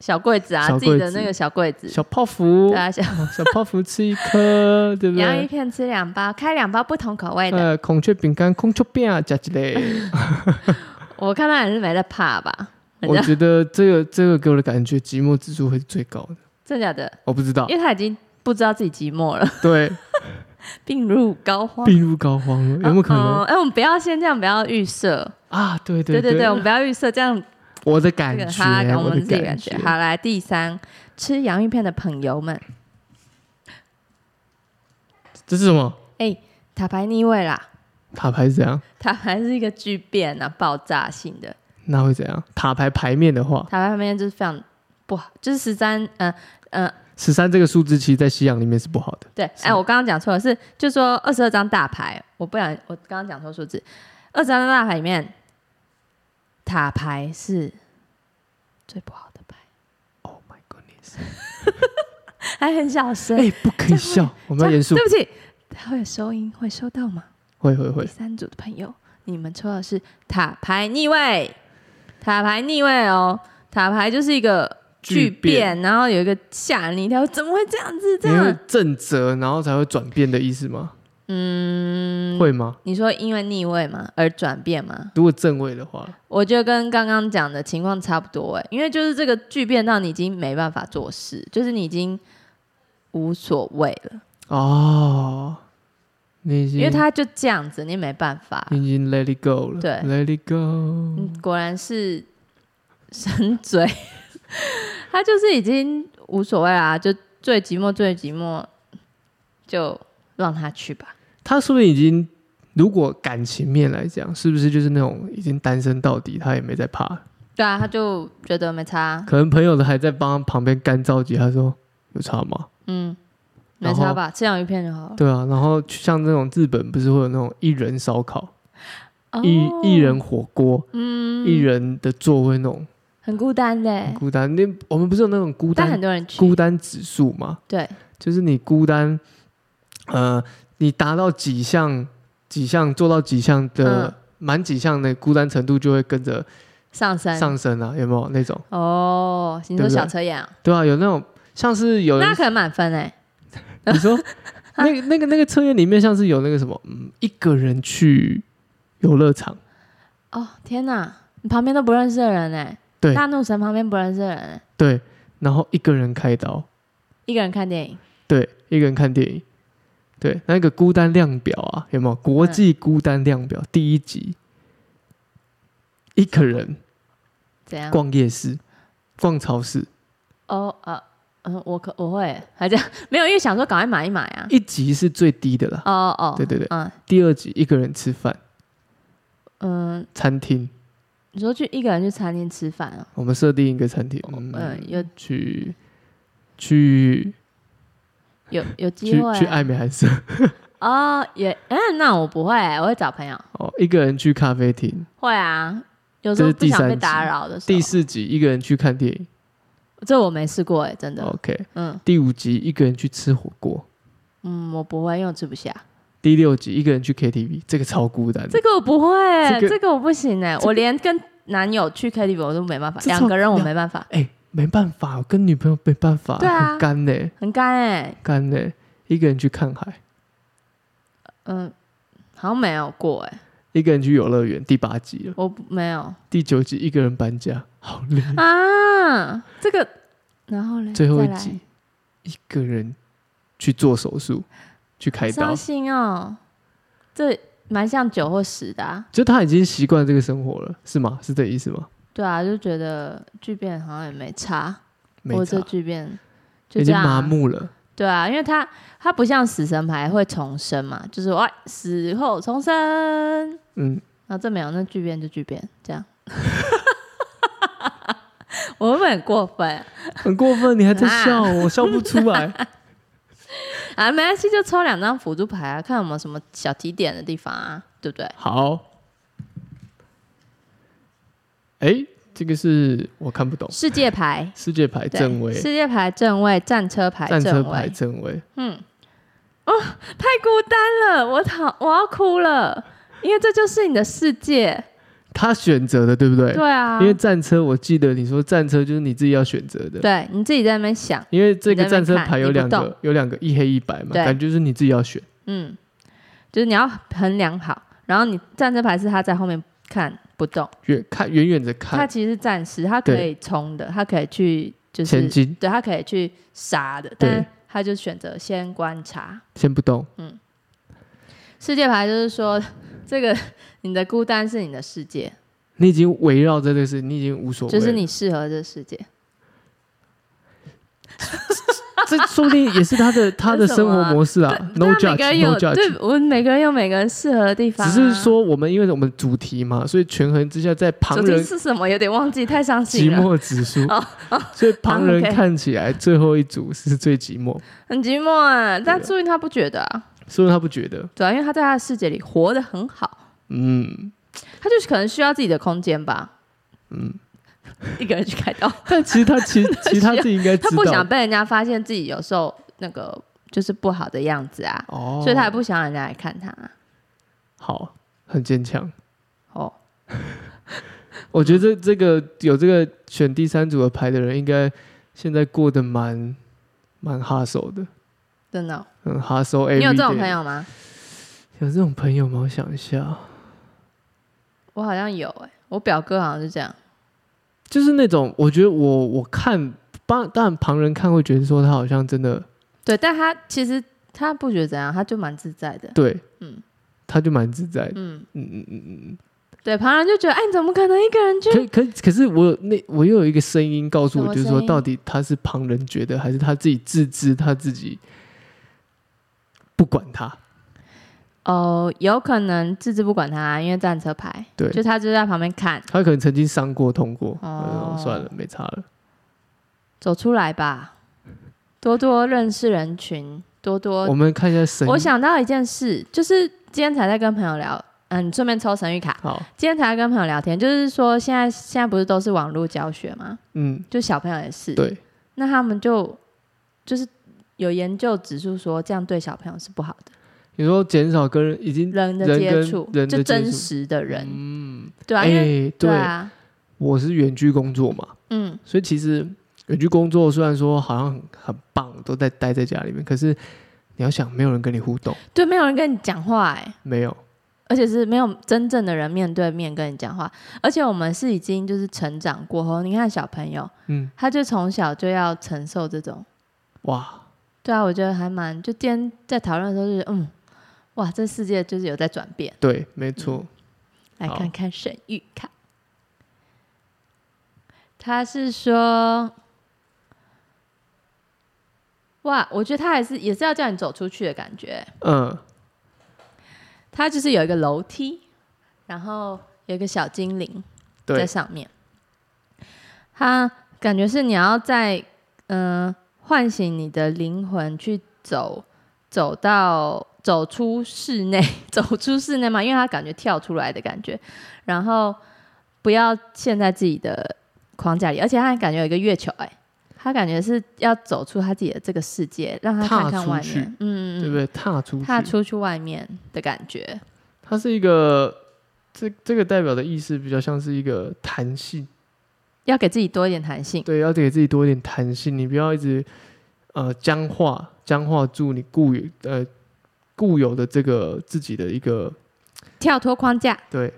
Speaker 2: 小柜子啊，
Speaker 1: 小
Speaker 2: 自己
Speaker 1: 柜
Speaker 2: 的
Speaker 1: 子
Speaker 2: 那个小柜子，
Speaker 1: 小泡芙
Speaker 2: 对，啊，小
Speaker 1: 哦小泡芙吃一
Speaker 2: [laughs]
Speaker 1: 颗，对不
Speaker 2: 洋芋
Speaker 1: 对？
Speaker 2: 片吃两包，开两包不同口味的，
Speaker 1: 呃，孔雀饼干、空丘饼啊，加起
Speaker 2: [laughs]
Speaker 1: 来，
Speaker 2: 我看他也是没在怕吧，人
Speaker 1: 我
Speaker 2: 家
Speaker 1: 觉得这个这个给我的感觉，寂寞指数会是最高的。
Speaker 2: 真假的，
Speaker 1: 我不知道，
Speaker 2: 因为他已经不知道自己寂寞了，
Speaker 1: 对，
Speaker 2: 病入膏肓。
Speaker 1: 病入膏肓了，有没有可能
Speaker 2: 嗯哎、我们不要先这样，不要预设。
Speaker 1: 啊？对
Speaker 2: 对对
Speaker 1: 对
Speaker 2: 对，我们不要预设，这样
Speaker 1: 我的
Speaker 2: 这
Speaker 1: 感
Speaker 2: 个
Speaker 1: 觉
Speaker 2: 哈，，我
Speaker 1: 我
Speaker 2: 们
Speaker 1: 的
Speaker 2: 自己感觉。好，来第三，吃洋芋片的朋友们，
Speaker 1: 这是什么？
Speaker 2: 哎、塔牌 [laughs] 逆位啦，
Speaker 1: 塔牌是怎样？
Speaker 2: 塔牌是一个巨变啊，爆炸性的。
Speaker 1: 那会怎样？塔牌牌面的话，
Speaker 2: 塔牌旁边就是非常不好，就是十三，嗯嗯，
Speaker 1: 十三这个数字其实在西洋里面是不好的。
Speaker 2: 对，哎、我刚刚讲错了，是就说二十二张大牌，我不然我刚刚讲错数字，二十二张大牌里面，塔牌是最不好的
Speaker 1: [laughs]
Speaker 2: 牌，
Speaker 1: Oh my goodness！
Speaker 2: 还很小声。
Speaker 1: 哎、不可以笑，我们要严肃
Speaker 2: 对。不起，它会有收音，会收到吗？
Speaker 1: 会会
Speaker 2: 第
Speaker 1: 会，
Speaker 2: 三组的朋友，你们抽的是塔牌逆位，塔牌逆位哦，塔牌就是一个巨
Speaker 1: 巨变
Speaker 2: 变，然后有一个吓你一跳，怎么会这样子？这
Speaker 1: 你会
Speaker 2: 样，
Speaker 1: 正折，然后才会转变的意思吗？
Speaker 2: 嗯，
Speaker 1: 会吗？
Speaker 2: 你说因为逆位嘛而转变嘛？
Speaker 1: 如果正位的话，
Speaker 2: 我觉得跟刚刚讲的情况差不多哎，因为就是这个巨变到你已经没办法做事，就是你已经无所谓了，
Speaker 1: 哦，你已经，
Speaker 2: 因为他就这样子，你没办法。
Speaker 1: 你已经 let it go 了，
Speaker 2: 对
Speaker 1: ，let it go，
Speaker 2: 嗯，果然是神 [laughs] 嘴，他就是已经无所谓啦，就最寂寞最寂寞，就让他去吧。
Speaker 1: 他是不是已经？如果感情面来讲，是不是就是那种已经单身到底，他也没在怕？
Speaker 2: 对啊，他就觉得没差，
Speaker 1: 可能朋友的还在帮他旁边干着急，他说有差吗？
Speaker 2: 嗯，没
Speaker 1: 然后
Speaker 2: 差吧，吃洋芋片就好了。
Speaker 1: 对啊，然后像这种日本不是会有那种一人烧烤、
Speaker 2: 哦
Speaker 1: 一一人火锅、
Speaker 2: 嗯，
Speaker 1: 一人的座位那种
Speaker 2: 很孤单的
Speaker 1: 很
Speaker 2: 欸，
Speaker 1: 孤单。那我们不是有那种孤
Speaker 2: 但很
Speaker 1: 单
Speaker 2: 多人去
Speaker 1: 孤，单指数吗？
Speaker 2: 对，
Speaker 1: 就是你孤单，呃，你达到几项几项做到几项的
Speaker 2: 嗯
Speaker 1: 满、几项的孤单程度就会跟着
Speaker 2: 上山
Speaker 1: 上升啊，有没有那种？
Speaker 2: 哦，你
Speaker 1: 对
Speaker 2: 说
Speaker 1: 不对呃
Speaker 2: 小车眼啊，
Speaker 1: 对啊，有那种像是有人
Speaker 2: 那可能满分哎，
Speaker 1: 你
Speaker 2: [laughs]
Speaker 1: 说那个那个那个测验里面像是有那个什么，嗯，一个人去游乐场。
Speaker 2: 哦天哪，你旁边都不认识的人哎，
Speaker 1: 对
Speaker 2: 大怒神旁边不认识的人欸，
Speaker 1: 对，然后一个人开刀，
Speaker 2: 一个人看电影，
Speaker 1: 对，一个人看电影，对，那个孤单量表啊，有
Speaker 2: 嗯
Speaker 1: 没有国际孤单量表、第一集？一个人
Speaker 2: 怎样？
Speaker 1: 逛夜市，逛超市，
Speaker 2: 哦呃嗯，我可我会还这样，没有，因为想说赶快买一买啊。
Speaker 1: 一集是最低的啦。
Speaker 2: 哦哦，
Speaker 1: 对对对，
Speaker 2: 嗯
Speaker 1: 第二集一个人吃饭，
Speaker 2: 嗯，
Speaker 1: 餐厅，
Speaker 2: 你说去一个人去餐厅吃饭啊？
Speaker 1: 我们设定一个餐厅，
Speaker 2: 嗯，
Speaker 1: 嗯，
Speaker 2: 有
Speaker 1: 去去
Speaker 2: 有有机
Speaker 1: 去
Speaker 2: 会啊
Speaker 1: 去爱美还是 [laughs]
Speaker 2: 哦，也嗯，那我不会，我会找朋友。
Speaker 1: 哦，一个人去咖啡厅。
Speaker 2: 会啊，有时候
Speaker 1: 这是
Speaker 2: 不
Speaker 1: 第
Speaker 2: 想被
Speaker 1: 三
Speaker 2: 打
Speaker 1: 集
Speaker 2: 扰的时候
Speaker 1: 第，四集一个人去看电影
Speaker 2: 这我没试过哎，真的。
Speaker 1: ，OK。
Speaker 2: 嗯
Speaker 1: 第五集一个人去吃火锅，
Speaker 2: 嗯，我不会，因为我吃不下。
Speaker 1: 第六集一个人去 KTV，这个超孤单的。
Speaker 2: 这个我不会，
Speaker 1: 嗯这个
Speaker 2: 这个我不行哎，
Speaker 1: 这
Speaker 2: 我连跟男友去 KTV 我都没办法，
Speaker 1: 这
Speaker 2: 两个人我没办法，
Speaker 1: 哎、没办法，我跟女朋友没办法，
Speaker 2: 对啊
Speaker 1: 很干呢、欸
Speaker 2: 很干哎，
Speaker 1: 干呢、欸一个人去看海，
Speaker 2: 嗯，好像没有过哎，
Speaker 1: 一个人去游乐园，第八集了，
Speaker 2: 我不没有
Speaker 1: 第九集一个人搬家，好累。
Speaker 2: 啊，这个，然后嘞，
Speaker 1: 最后一
Speaker 2: 再来
Speaker 1: 集，一个人去做手
Speaker 2: [laughs]
Speaker 1: 术，去开刀
Speaker 2: 伤，心哦，这蛮像九或十的、啊，
Speaker 1: 就他已经习惯这个生活了，是吗？是这意思吗？
Speaker 2: 对啊，就觉得巨变好像也没差，
Speaker 1: 没
Speaker 2: 我
Speaker 1: 差
Speaker 2: 这，巨变就
Speaker 1: 已
Speaker 2: 这
Speaker 1: 经
Speaker 2: 样、
Speaker 1: 麻
Speaker 2: 啊，
Speaker 1: 木了。
Speaker 2: 对啊，因为他他不像死神牌会重生嘛，就是哇死后重生，
Speaker 1: 嗯，
Speaker 2: 然后这没有，那巨变就巨变，
Speaker 1: [laughs]
Speaker 2: 这样。我会不会很过分
Speaker 1: 很过分，你还在笑，我笑不出
Speaker 2: [laughs]
Speaker 1: 来。
Speaker 2: 啊？没关系，就抽两张辅助牌啊，看有没有什么小提点的地方啊，对不对？
Speaker 1: 好，哎、这个是我看不懂，，
Speaker 2: 世界牌
Speaker 1: 世界牌
Speaker 2: 对
Speaker 1: 正位，
Speaker 2: 世界牌正位，战车牌
Speaker 1: 战车
Speaker 2: 正
Speaker 1: 牌
Speaker 2: 位，
Speaker 1: 正位，
Speaker 2: 太孤单了，我讨我要哭了，因为这就是你的世界，
Speaker 1: 他选择的对不对？
Speaker 2: 对啊
Speaker 1: 因，为战车，我记得你说战车就是你自己要选择的，
Speaker 2: 对你自己在那边想，
Speaker 1: 因为这个战车牌
Speaker 2: 你
Speaker 1: 有
Speaker 2: 在
Speaker 1: 两
Speaker 2: 那边看你
Speaker 1: 个，有两个一黑一白嘛，
Speaker 2: 对
Speaker 1: 感觉是你自己要选。
Speaker 2: 嗯，就是你要衡量好，然后你战车牌是他在后面看不动。
Speaker 1: 远看远远的
Speaker 2: 他
Speaker 1: 看，
Speaker 2: 其实是暂时，他可以冲的，他可以去就是
Speaker 1: 前进
Speaker 2: 对他可以去杀的，
Speaker 1: 对
Speaker 2: 但他就选择先观察。
Speaker 1: 先不动。
Speaker 2: 世界牌就是说，这个你的孤单是你的世界，
Speaker 1: 你已经围绕在这个事，你已经无所谓
Speaker 2: 就
Speaker 1: 了。
Speaker 2: 是你适合这世界。
Speaker 1: 这说不定也是他
Speaker 2: [laughs]
Speaker 1: 的他的生活模式啊。No
Speaker 2: 但每个
Speaker 1: judge,
Speaker 2: 人有
Speaker 1: no judge。
Speaker 2: 对我们每个人有每个人适合的地方
Speaker 1: 只
Speaker 2: 啊、
Speaker 1: 是说我们因为我们主题嘛，所以权衡之下，在旁
Speaker 2: 主题
Speaker 1: 人
Speaker 2: 是什么有点忘记，太伤
Speaker 1: 寂
Speaker 2: 心了，
Speaker 1: 寞指数
Speaker 2: 哦，
Speaker 1: 所以旁人
Speaker 2: 啊，OK
Speaker 1: 看起来最后一组是最寂寞，
Speaker 2: 很寂寞啊。但
Speaker 1: 对啊
Speaker 2: 注意他不觉得啊，
Speaker 1: 所以他不觉得。
Speaker 2: 对啊，因为他在他的世界里活得很好，
Speaker 1: 嗯，
Speaker 2: 他就是可能需要自己的空间吧。嗯，一个人去开
Speaker 1: [laughs]
Speaker 2: 刀。
Speaker 1: 但其实他其实其实他自己应该
Speaker 2: 他
Speaker 1: 知
Speaker 2: 不想
Speaker 1: 道
Speaker 2: 被人家发现自己有时候那个就是不好的样子啊，
Speaker 1: 哦，
Speaker 2: 所以他也不想让人家来看他、啊
Speaker 1: 好很坚强。
Speaker 2: 哦，
Speaker 1: 我觉得这这个有这个选第三组的牌的人，应该现在过得蛮蛮哈手的，
Speaker 2: 真的哦、
Speaker 1: 嗯，哈手。
Speaker 2: 你有这种朋？友吗？
Speaker 1: 有这种朋友吗？我想一下，
Speaker 2: 我好像有哎、我表哥好像是这样。
Speaker 1: 就是那种我觉得我我看，当当然旁人看会觉得说他好像真的
Speaker 2: 对，但他其实他不觉得怎样，他就蛮自在的。
Speaker 1: 对，
Speaker 2: 嗯
Speaker 1: 他就蛮自在的。
Speaker 2: 嗯，
Speaker 1: 嗯嗯嗯嗯，
Speaker 2: 对，旁人就觉得，哎，你怎么可能一个人去？
Speaker 1: 可可可是我有那我又有一个声音告诉
Speaker 2: 什
Speaker 1: 我，
Speaker 2: 么
Speaker 1: 就是
Speaker 2: 声
Speaker 1: 说
Speaker 2: 音
Speaker 1: 到底他是旁人觉得，还是他自己自知他自己不管他？
Speaker 2: 哦，有可能置之不管他，因为战车牌，
Speaker 1: 对
Speaker 2: 就他就在旁边看，
Speaker 1: 他可能曾经伤过、痛过，
Speaker 2: 哦
Speaker 1: 哦、算了，没差了。
Speaker 2: 走出来吧，多多认识人群，多多
Speaker 1: 我们看一下神谕，
Speaker 2: 我想到一件事，就是今天才在跟朋友聊，嗯，顺便抽神谕卡。
Speaker 1: 好，
Speaker 2: 今天才在跟朋友聊天，就是说现在现在不是都是网络教学吗？
Speaker 1: 嗯，
Speaker 2: 就小朋友也是，
Speaker 1: 对，
Speaker 2: 那他们就就是有研究指出说，这样对小朋友是不好的，
Speaker 1: 你说减少跟人已经
Speaker 2: 人的
Speaker 1: 人
Speaker 2: 接
Speaker 1: 跟
Speaker 2: 触，
Speaker 1: 人的
Speaker 2: 就
Speaker 1: 接
Speaker 2: 真
Speaker 1: 触
Speaker 2: 实的人，
Speaker 1: 嗯，
Speaker 2: 对啊，
Speaker 1: 哎、
Speaker 2: 因为
Speaker 1: 对，
Speaker 2: 对啊，
Speaker 1: 我是远距工作嘛，
Speaker 2: 嗯，
Speaker 1: 所以其实远距工作虽然说好像很很棒，都在待在家里面，可是你要想，没有人跟你互动，
Speaker 2: 对，没有人跟你讲话、哎，
Speaker 1: 没有，
Speaker 2: 而且是没有真正的人面对面跟你讲话，而且我们是已经就是成长过后，你看小朋友，
Speaker 1: 嗯，
Speaker 2: 他就从小就要承受这种。
Speaker 1: 哇，
Speaker 2: 对啊，我觉得还蛮，就今天在讨论的时候就是，嗯，哇，这世界就是有在转变。
Speaker 1: 对，没错，
Speaker 2: 来
Speaker 1: 好
Speaker 2: 看看沈玉卡，他是说，哇，我觉得他还是也是要叫你走出去的感觉。
Speaker 1: 嗯
Speaker 2: 他就是有一个楼梯，然后有一个小精灵
Speaker 1: 对
Speaker 2: 在上面。他感觉是你要在嗯、呃唤醒你的灵魂，去走走到走出室内， [laughs] 走出室内嘛，因为他感觉跳出来的感觉，然后不要陷在自己的框架里，而且他感觉有一个月球、哎，他感觉是要走出他自己的这个世界，让他看
Speaker 1: 踏
Speaker 2: 看
Speaker 1: 出
Speaker 2: 外
Speaker 1: 去
Speaker 2: 面，嗯，
Speaker 1: 对不对？踏出去，
Speaker 2: 踏出去外面的感觉，
Speaker 1: 它是一个这这个代表的意思比较像是一个弹性，
Speaker 2: 要给自己多一点弹性。
Speaker 1: 对，要给自己多一点弹性，你不要一直呃僵化僵化住你固有呃固有的这个自己的一个
Speaker 2: 跳脱框架，
Speaker 1: 对，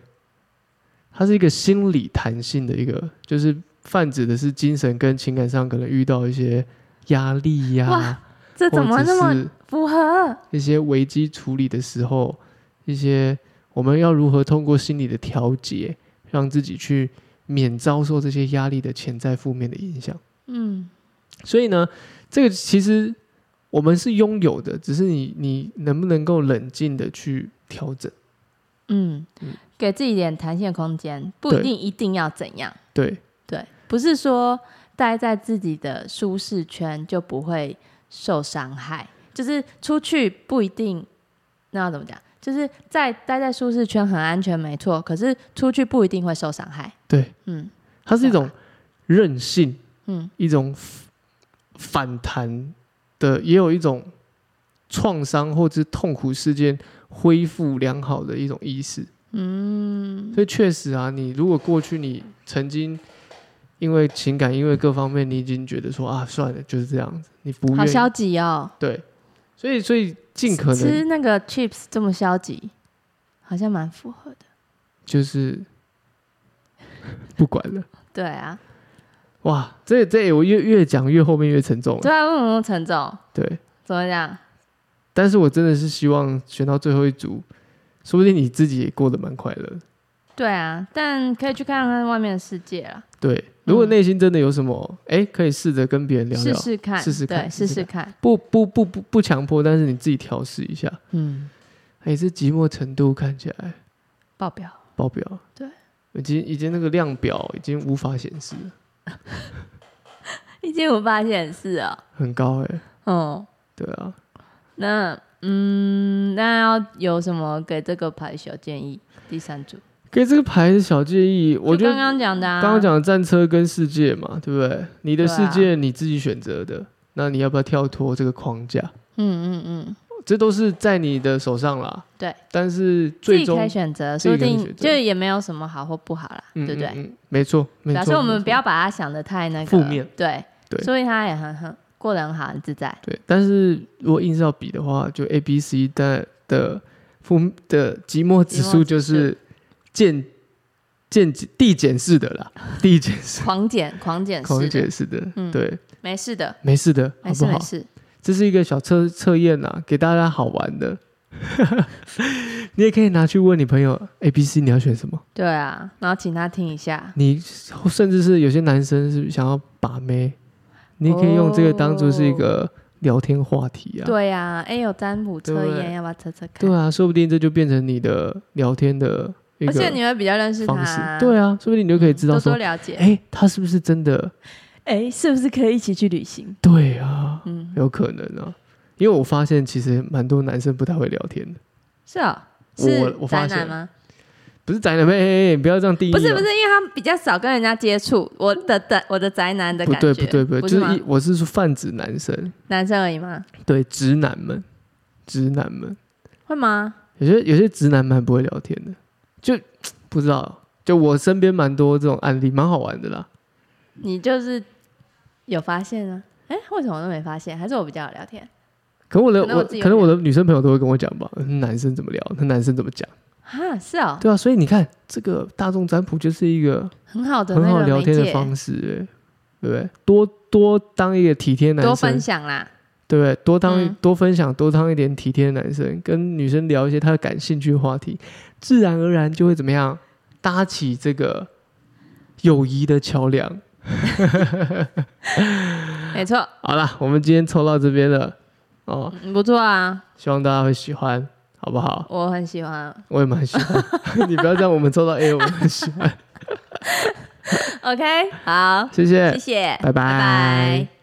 Speaker 1: 它是一个心理弹性的一个，就是泛指的是精神跟情感上可能遇到一些压力呀、
Speaker 2: 哇这怎么
Speaker 1: 或者
Speaker 2: 那么
Speaker 1: 是
Speaker 2: 符合？
Speaker 1: 一些危机处理的时候，一些我们要如何通过心理的调节，让自己去免遭受这些压力的潜在负面的影响。
Speaker 2: 嗯，
Speaker 1: 所以呢，这个其实我们是拥有的，只是你你能不能够冷静的去调整？
Speaker 2: 嗯
Speaker 1: 嗯，
Speaker 2: 给自己一点弹性空间，不一定一定要怎样。
Speaker 1: 对
Speaker 2: 对，不是说待在自己的舒适圈就不会受伤害，就是出去不一定，那要怎么讲？就是在待在舒适圈很安全，没错，可是出去不一定会受伤害。
Speaker 1: 对，
Speaker 2: 嗯
Speaker 1: 它是一种韧性，
Speaker 2: 嗯，
Speaker 1: 一种反弹的，也有一种创伤或者痛苦事件恢复良好的一种意识。
Speaker 2: 嗯，
Speaker 1: 所以确实啊，你如果过去你曾经因为情感、因为各方面，你已经觉得说啊，算了，就是这样子，你不
Speaker 2: 好
Speaker 1: 愿意
Speaker 2: 消极哦，
Speaker 1: 对，所以所以尽可
Speaker 2: 吃
Speaker 1: 能
Speaker 2: 那个 chips 这么消极，好像蛮符合的。
Speaker 1: 就是不管了。
Speaker 2: 对啊，
Speaker 1: 哇，这这我越越讲越后面越沉重了。
Speaker 2: 对啊，为什么陈总
Speaker 1: 对，
Speaker 2: 怎么讲？
Speaker 1: 但是我真的是希望选到最后一组，说不定你自己也过得蛮快乐的。
Speaker 2: 对啊，但可以去看看外面的世界啦，
Speaker 1: 对，如果
Speaker 2: 嗯
Speaker 1: 内心真的有什么，哎、可以试着跟别人聊
Speaker 2: 试
Speaker 1: 聊，
Speaker 2: 试看，
Speaker 1: 试试看
Speaker 2: 对，
Speaker 1: 试
Speaker 2: 试
Speaker 1: 试
Speaker 2: 试看。
Speaker 1: 不不不不不强迫，但是你自己调试一下。
Speaker 2: 嗯，
Speaker 1: 哎、这寂寞程度看起来
Speaker 2: 爆表，
Speaker 1: 爆表，
Speaker 2: 对，
Speaker 1: 已经已经那个量表已经无法显示了，
Speaker 2: 已经无法显示哦。
Speaker 1: 很高哎、
Speaker 2: 哦，
Speaker 1: 对啊，
Speaker 2: 那嗯，那要有什么给这个牌小建议？第三组，
Speaker 1: 给这个牌的小建议，我觉
Speaker 2: 就
Speaker 1: 得
Speaker 2: 刚刚讲的、啊，
Speaker 1: 刚刚讲的战车跟世界嘛，对不对？你的
Speaker 2: 对啊
Speaker 1: 世界你自己选择的，那你要不要跳脱这个框架？
Speaker 2: 嗯，嗯嗯嗯，
Speaker 1: 这都是在你的手上啦。
Speaker 2: 对，
Speaker 1: 但是
Speaker 2: 自
Speaker 1: 最
Speaker 2: 己
Speaker 1: 终
Speaker 2: 可以选择，
Speaker 1: 自
Speaker 2: 说
Speaker 1: 己
Speaker 2: 不
Speaker 1: 可以
Speaker 2: 定
Speaker 1: 选择
Speaker 2: 就也没有什么好或不好啦，
Speaker 1: 嗯
Speaker 2: 对不对？
Speaker 1: 嗯嗯没错，没
Speaker 2: 表
Speaker 1: 错。
Speaker 2: 示我们
Speaker 1: 没
Speaker 2: 不
Speaker 1: 错
Speaker 2: 要把它想的太那个
Speaker 1: 负面，
Speaker 2: 对
Speaker 1: 对
Speaker 2: 所以他也很很过得很好，很
Speaker 1: [laughs]
Speaker 2: 自在。
Speaker 1: 对，但是如果硬是要比的话，就 A、B、C 的的负的寂寞指数就是渐渐递减式的
Speaker 2: [laughs]
Speaker 1: 啦，递减式、
Speaker 2: 狂减，狂减
Speaker 1: 狂
Speaker 2: 是的，
Speaker 1: 减式的，
Speaker 2: 嗯
Speaker 1: 对，
Speaker 2: 没事的，
Speaker 1: 没事的，好
Speaker 2: 没
Speaker 1: 不
Speaker 2: 事
Speaker 1: 好
Speaker 2: 没？事。
Speaker 1: 这是一个小测测验啊，给大家好玩的。 [laughs] 你也可以拿去问你朋友 A、B、C 你要选什么？
Speaker 2: 对啊，然后请他听一下，
Speaker 1: 你甚至是有些男生是想要把妹，你也可以用这个当做是一个聊天话题啊。
Speaker 2: 哦对呀、啊，哎，有占卜测
Speaker 1: 对不对
Speaker 2: 验，要不要测测看？
Speaker 1: 对啊，说不定这就变成你的聊天的一
Speaker 2: 而且
Speaker 1: 个
Speaker 2: 你会比较认识
Speaker 1: 方式
Speaker 2: 他，。
Speaker 1: 对啊，说不定你就可以知道
Speaker 2: 嗯多
Speaker 1: 说
Speaker 2: 多，了解。
Speaker 1: 哎，他是不是真的？
Speaker 2: 哎，是不是可以一起去旅行？
Speaker 1: 对啊，
Speaker 2: 嗯，
Speaker 1: 有可能啊，因为我发现其实蛮多男生不太会聊天的，
Speaker 2: 是哦，
Speaker 1: 我
Speaker 2: 是
Speaker 1: 啊我发
Speaker 2: 宅
Speaker 1: 现
Speaker 2: 男吗？
Speaker 1: 不是宅男妹，哎哎不要这样定义、哦。
Speaker 2: 不是不是，因为他比较少跟人家接触，我的的我的宅男的
Speaker 1: 不
Speaker 2: 感觉，
Speaker 1: 对不对不对，
Speaker 2: 不
Speaker 1: 就是是
Speaker 2: 吗
Speaker 1: 一我是说泛指男生，
Speaker 2: 男生而已吗？
Speaker 1: 对直男们，直男们，
Speaker 2: 会吗？
Speaker 1: 有些有些直男蛮不会聊天的，就不知道，就我身边蛮多这种案例，蛮好玩的啦。
Speaker 2: 你就是有发现啊？哎，为什么我都没发现？还是我比较好聊天？
Speaker 1: 可我的
Speaker 2: 可能我
Speaker 1: 我
Speaker 2: 自己有
Speaker 1: 可能我的女生朋友都会跟我讲吧，嗯男生怎么聊，那男生怎么讲，
Speaker 2: 哈，是哦，
Speaker 1: 对啊，所以你看这个大众占卜就是一个
Speaker 2: 很好的
Speaker 1: 很
Speaker 2: 那
Speaker 1: 好
Speaker 2: 个
Speaker 1: 聊
Speaker 2: 媒
Speaker 1: 天的
Speaker 2: 介
Speaker 1: 方式、欸对不对？多多当一个体贴男
Speaker 2: 多
Speaker 1: 生
Speaker 2: 分，享啦。
Speaker 1: 对不对？多当、
Speaker 2: 嗯
Speaker 1: 多分享，多当一点体贴的男生，跟女生聊一些她感兴趣的话题，自然而然就会怎么样搭起这个友谊的桥梁，
Speaker 2: 没错，
Speaker 1: 好啦，我们今天抽到这边了哦，
Speaker 2: 嗯不错啊，
Speaker 1: 希望大家会喜欢，好不好？
Speaker 2: 我很喜欢。
Speaker 1: 我也蛮喜欢， [laughs] 你不要这样，我们抽到 A，我们很喜欢，
Speaker 2: OK，好，
Speaker 1: 谢谢
Speaker 2: 谢，谢，
Speaker 1: 嗯拜拜
Speaker 2: 拜拜